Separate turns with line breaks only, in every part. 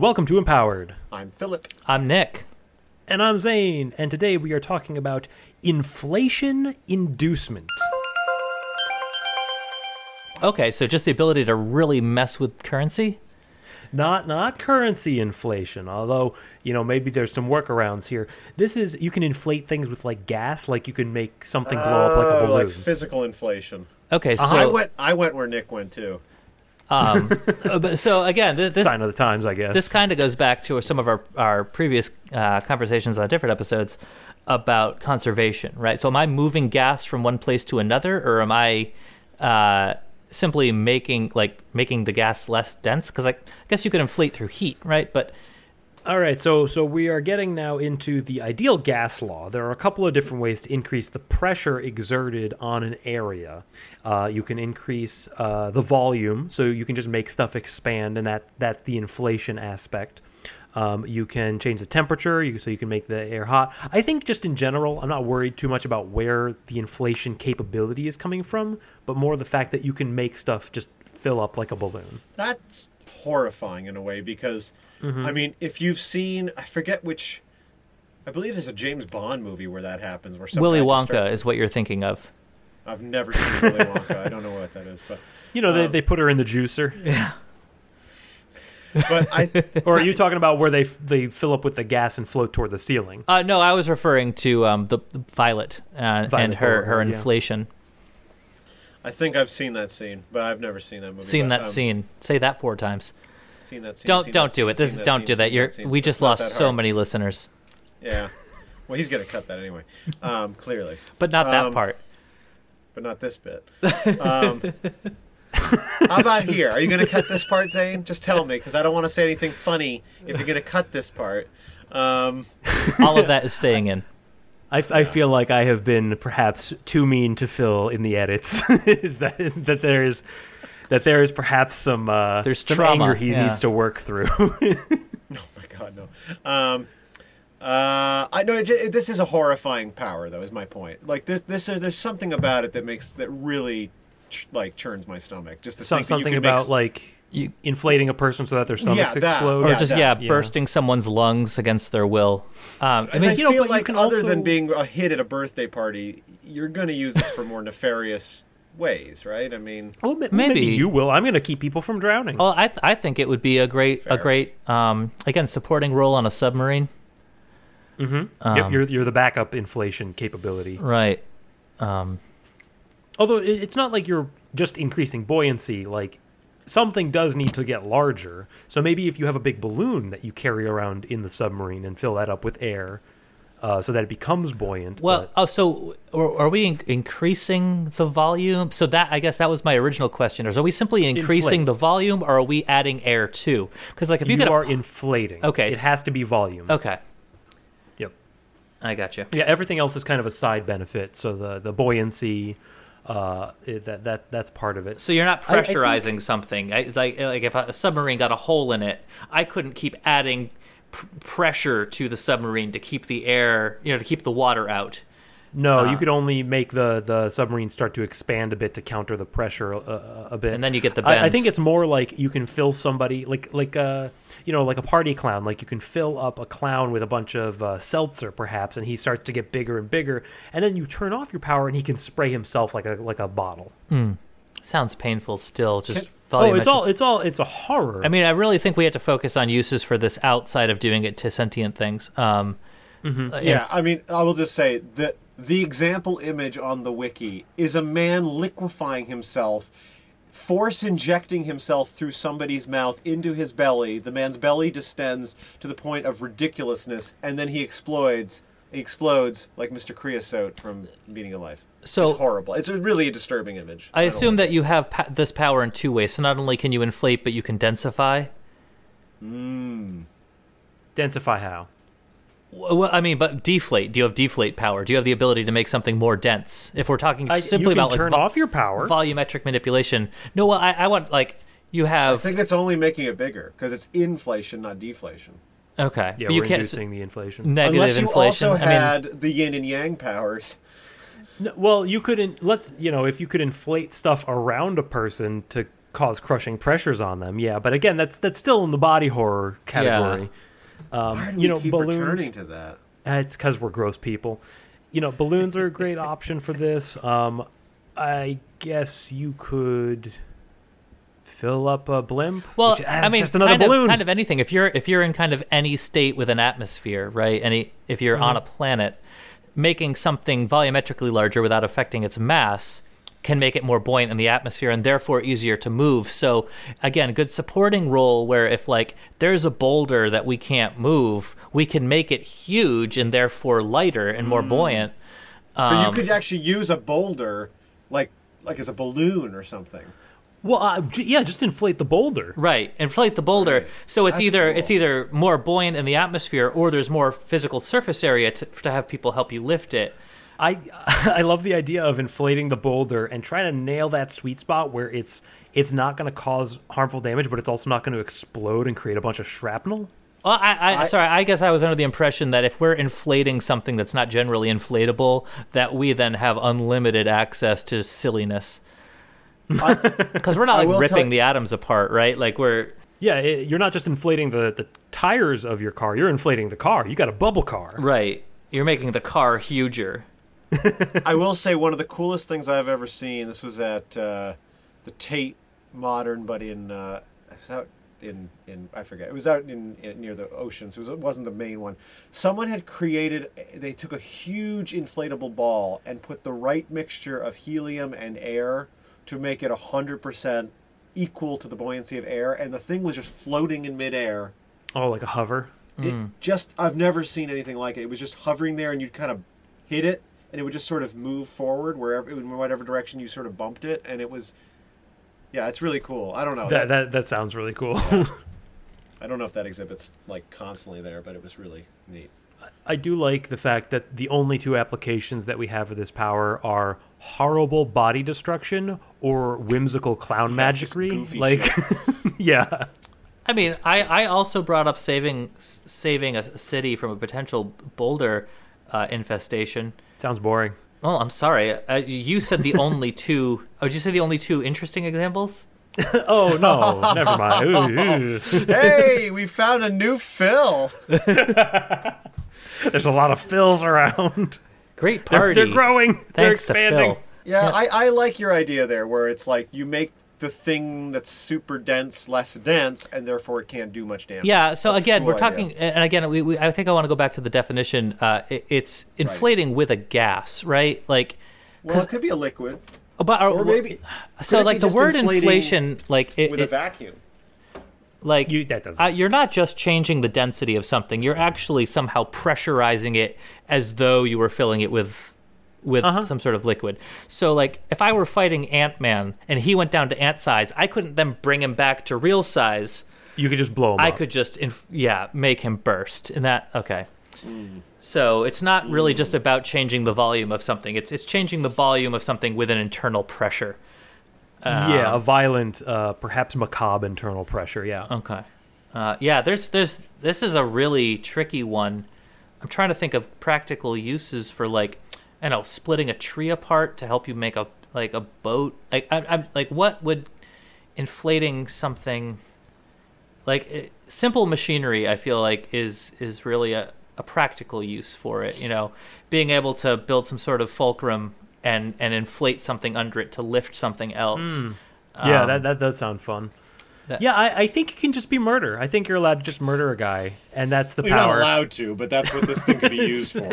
Welcome to Empowered.
I'm Philip.
I'm Nick.
And I'm Zane, and today we are talking about inflation inducement.
Okay, so just the ability to really mess with currency?
Not not currency inflation, although, you know, maybe there's some workarounds here. This is you can inflate things with like gas, like you can make something blow up like a
Oh,
balloon.
like physical inflation.
Okay, so
Uh-huh. I went. I went where Nick went too.
uh, but- so again, th- this
Sign of the times, I guess.
this kind of goes back to some of our our previous uh, conversations on different episodes about conservation, right? So am I moving gas from one place to another, or am I uh, simply making like making the gas less dense? Because I guess you could inflate through heat, right? But
All right, so so we are getting now into the ideal gas law. There are a couple of different ways to increase the pressure exerted on an area. Uh, you can increase uh, the volume, so you can just make stuff expand, and that that's the inflation aspect. Um, you can change the temperature, you, so you can make the air hot. I think just in general, I'm not worried too much about where the inflation capability is coming from, but more the fact that you can make stuff just fill up like a balloon.
That's horrifying in a way because,
Mm-hmm.
I mean, if you've seen, I forget which. I believe there's a James Bond movie where that happens. Where some
Willy
guy just
Wonka
starts-
is what you're thinking of.
I've never seen Willy Wonka. I don't know what that is, but
You know, they, they put her in the juicer.
but I
or are you talking about where they they fill up with the gas and float toward the ceiling?
Uh, no, I was referring to um, the, the Violet, uh, and
Violet
her, her
Beauregard, yeah.
inflation.
I think I've seen that scene, but I've never seen that movie.
Seen
but,
that
um,
scene. Say that four times.
Seen that scene.
Don't
seen
don't
that
do
scene,
it. This
seen
don't
scene,
do that.
seen
You're
scene.
we
It's
just
not that
lost so
hard.
many listeners,
Yeah. Well, he's gonna cut that anyway. Um, clearly.
but not that
Um,
part.
but not this bit. Um, how about here? Are you going to cut this part, Zane? Just tell me, because I don't want to say anything funny if you're going to cut this part. Um,
All of that is staying in.
I, I feel like I have been perhaps too mean to Phil in the edits. is that that there is that there is perhaps some uh,
There's
some
trauma,
anger he
yeah.
needs to work through.
oh my God, no. Um, uh, I know it, ju- this is a horrifying power, though. Is my point? Like this, this is there's something about it that makes that really ch- like churns my stomach. Just to
Some,
think that you
something
could make
about
s-
like
You
inflating a person so that their stomachs
Yeah, that.
explode.
Or
or
Yeah,
just
that-
yeah,
yeah.
bursting someone's lungs against their will. Um, I
I,
mean,
you know,
feel
but you
like
can
other
also-
than being a hit at a birthday party, you're going to use this for more nefarious ways, right? I mean,
Well, ma- maybe.
Maybe.
you will. I'm going to keep people from drowning.
well, I th- I think it would be a great
Fair.
a great um, again supporting role on a submarine.
yep, you're you're the backup inflation capability.
Right. Um,
Although it- it's not like you're just increasing buoyancy, like something does need to get larger. So maybe if you have a big balloon that you carry around in the submarine and fill that up with air, uh, so that it becomes buoyant.
Well,
but-
oh, so are, are we in- increasing the volume? So that I guess that was my original question: Is are we simply increasing
Inflate.
the volume, or are we adding air too? Because like if you,
you
get a-
are inflating.
Okay.
it has to be volume.
okay,
Yep.
I got you.
Yeah, everything else is kind of a side benefit. So the the buoyancy, uh, it, that that that's part of it.
So you're not
I- I think-
pressurizing something. I, it's like like if a submarine got a hole in it, I couldn't keep adding pr- pressure to the submarine to keep the air, you know, to keep the water out.
No,
Uh-huh.
you could only make the, the submarine start to expand a bit to counter the pressure a, a, a bit,
And then you get the
I, I
bends.
think it's more like you can fill somebody like like a you know like a party clown. Like you can fill up a clown with a bunch of uh, seltzer, perhaps, and he starts to get bigger and bigger. And then you turn off your power, and he can spray himself like a like a bottle.
Sounds painful still. Just
Oh, it's
volumetric-
all it's all it's a horror.
I mean, I really think we had to focus on uses for this outside of doing it to sentient things. Um, uh,
Yeah, I mean, I will just say that the example image on the wiki is a man liquefying himself, force injecting himself through somebody's mouth into his belly. The man's belly distends to the point of ridiculousness, and then he explodes. He explodes like Mr. Creosote from Meaning of Life.
So-
it's horrible. It's a really a disturbing image.
I
don't
assume
like
that you have pa- this power in two ways. So not only can you inflate, but you can densify.
densify how?
W- Well, I mean, but deflate. Do you have deflate power? Do you have the ability to make something more dense? If we're talking
I,
simply
you can
about like
turn
vo-
off your power.
volumetric manipulation, no. Well, I, I want like you
I
have
think it's only making it bigger because it's inflation, not deflation.
okay.
yeah,
but you
we're
can't s-
inducing the inflation.
negative
Unless you
inflation.
also
I mean,
had the yin and yang powers.
No, well, you couldn't. Let's you know if you could inflate stuff around a person to cause crushing pressures on them. Yeah, but again, that's that's still in the body horror category. Um,
Why do
you
we
know,
keep
balloons-
returning to that?
Uh, it's because we're gross people. You know, balloons are a great option for this. Um, I guess you could fill up a blimp.
Well,
which- ah,
I
it's
mean,
just another
kind
balloon.
Of, kind of anything. If you're if you're in kind of any state with an atmosphere, right? Any if you're on a
Mm-hmm.
planet, making something volumetrically larger without affecting its mass can make it more buoyant in the atmosphere and therefore easier to move. So again, good supporting role where if like there's a boulder that we can't move, we can make it huge and therefore lighter and
Mm.
more buoyant.
So you could actually use a boulder, like like as a balloon or something.
well, uh, j- yeah, just inflate the boulder.
Right, inflate the boulder. So it's
That's
either
cool.
it's either more buoyant in the atmosphere, or there's more physical surface area to, to have people help you lift it.
I I love the idea of inflating the boulder and trying to nail that sweet spot where it's it's not going to cause harmful damage, but it's also not going to explode and create a bunch of shrapnel.
Well, I, I,
I-
sorry, I guess I was under the impression that if we're inflating something that's not generally inflatable, that we then have unlimited access to silliness
I,
because we're not
I
like
will
ripping
tell-
the atoms apart, right? Like we're
Yeah, it, you're not just inflating the, the tires of your car; you're inflating the car. You got a bubble car.
right. You're making the car huger.
I will say one of the coolest things I've ever seen. This was at uh, the Tate Modern, but in uh, it was out in in I forget. It was out in, in near the oceans. It, was, it wasn't the main one. Someone had created. They took a huge inflatable ball and put the right mixture of helium and air to make it hundred percent equal to the buoyancy of air, and the thing was just floating in midair.
Oh, like a hover.
It just I've never seen anything like it. It was just hovering there and you'd kind of hit it and it would just sort of move forward wherever in whatever direction you sort of bumped it and it was yeah, it's really cool. I don't know.
That that that sounds really cool.
I don't know if that exhibit's like constantly there, but it was really neat.
I do like the fact that the only two applications that we have for this power are horrible body destruction or whimsical clown magicry.
goofy
like, yeah,
I mean, I, I also brought up saving s- saving a s- city from a potential boulder uh, infestation.
sounds boring.
Well, I'm sorry. Uh, you said the only two. Oh, did you say the only two interesting examples?
Oh no, never mind. Ooh, ooh.
hey, we found a new Phil.
There's a lot of fills around.
Great
They're,
party.
they're growing. they're
Thanks
expanding.
To Phil.
Yeah, I, I like your idea there where it's like you make the thing that's super dense less dense and therefore it can't do much damage.
Yeah. So
That's a
again,
cool
we're
idea.
talking, and again, we, we I think I want to go back to the definition. Uh, it, it's inflating with a gas, right? Like,
Well, it could be a liquid
but are,
or maybe
so
could it
like
be
the
just
word
inflating
inflation, like it,
with a
it-
vacuum.
like
You that doesn't.
uh, you're not just changing the density of something you're actually somehow pressurizing it as though you were filling it with with some sort of liquid so like if i were fighting ant-man and he went down to ant size i couldn't then bring him back to real size
you could just blow them
i
up.
could just inf- yeah make him burst and that okay so it's not really just about changing the volume of something it's it's changing the volume of something with an internal pressure
yeah, a violent, uh, perhaps macabre internal pressure. Yeah.
Okay. Uh, yeah, there's there's this is a really tricky one. I'm trying to think of practical uses for like, I don't know, splitting a tree apart to help you make a like a boat. Like I, I'm like, what would inflating something like it, simple machinery? I feel like is is really a, a practical use for it. You know, being able to build some sort of fulcrum and and inflate something under it to lift something else.
Yeah, that, that does sound fun.
um, that-
yeah, I, I think it can just be murder. I think you're allowed to just murder a guy, and that's the
Well, You're not
power.
allowed to, but that's what this thing could be used for.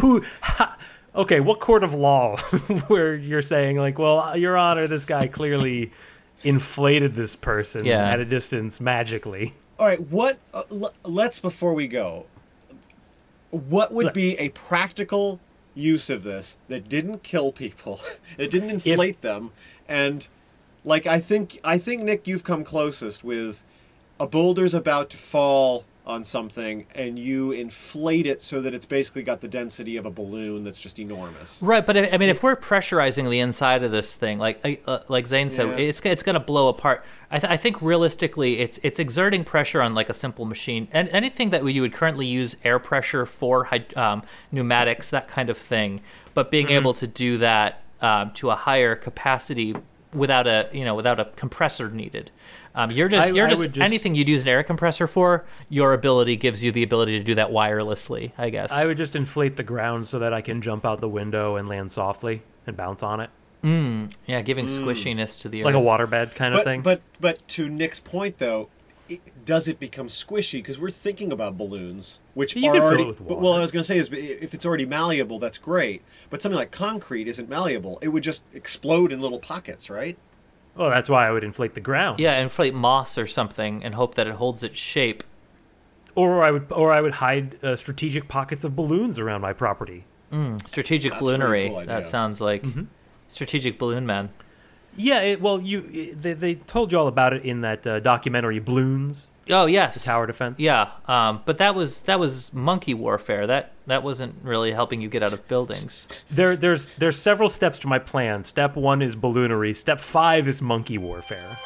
Who? Ha, okay, what court of law where you're saying like, well, Your Honor, this guy clearly inflated this person
Yeah.
at a distance magically.
All right, what? Uh, l- let's before we go. What would be a practical use of this that didn't kill people, that didn't inflate them, and like I think I think Nick, you've come closest with a boulder's about to fall on something, and you inflate it so that it's basically got the density of a balloon that's just enormous.
Right, but I I mean, if we're pressurizing the inside of this thing, like I- uh, like Zane said,
Yeah.
it's it's going to blow apart. I, th- I think realistically, it's it's exerting pressure on like a simple machine and anything that you would currently use air pressure for, hyd- um,
Mm-hmm.
pneumatics, that kind of thing. But being able to do that um, to a higher capacity without a you know without a compressor needed. Um, you're just
I-
you're
I
just,
would just-
anything you'd use an air compressor for. Your ability gives you the ability to do that wirelessly, I guess.
I would just inflate the ground so that I can jump out the window and land softly and bounce on it,
yeah, giving
Mm.
squishiness to the
like a
earth.
waterbed kind of
But,
thing.
but but to Nick's point though, it, does it become squishy? Because we're thinking about balloons, which
You
are
can fill it
already.
with
but-
water.
well, I was going to say is i- if it's already malleable, that's great. But something like concrete isn't malleable; it would just explode in little pockets, right?
oh, that's why I would inflate the ground.
Yeah, inflate moss or something and hope that it holds its shape.
Or I would, or I would hide uh, strategic pockets of balloons around my property.
Strategic
That's a pretty
balloonery.
cool idea.
that sounds like
Mm-hmm.
strategic balloon man.
Yeah, it, well, you they, they told you all about it in that uh, documentary Balloons.
Oh yes,
tower defense?
Yeah, um, but that was that was monkey warfare. That that wasn't really helping you get out of buildings.
There, there's there's several steps to my plan. Step one is balloonery. Step five is monkey warfare.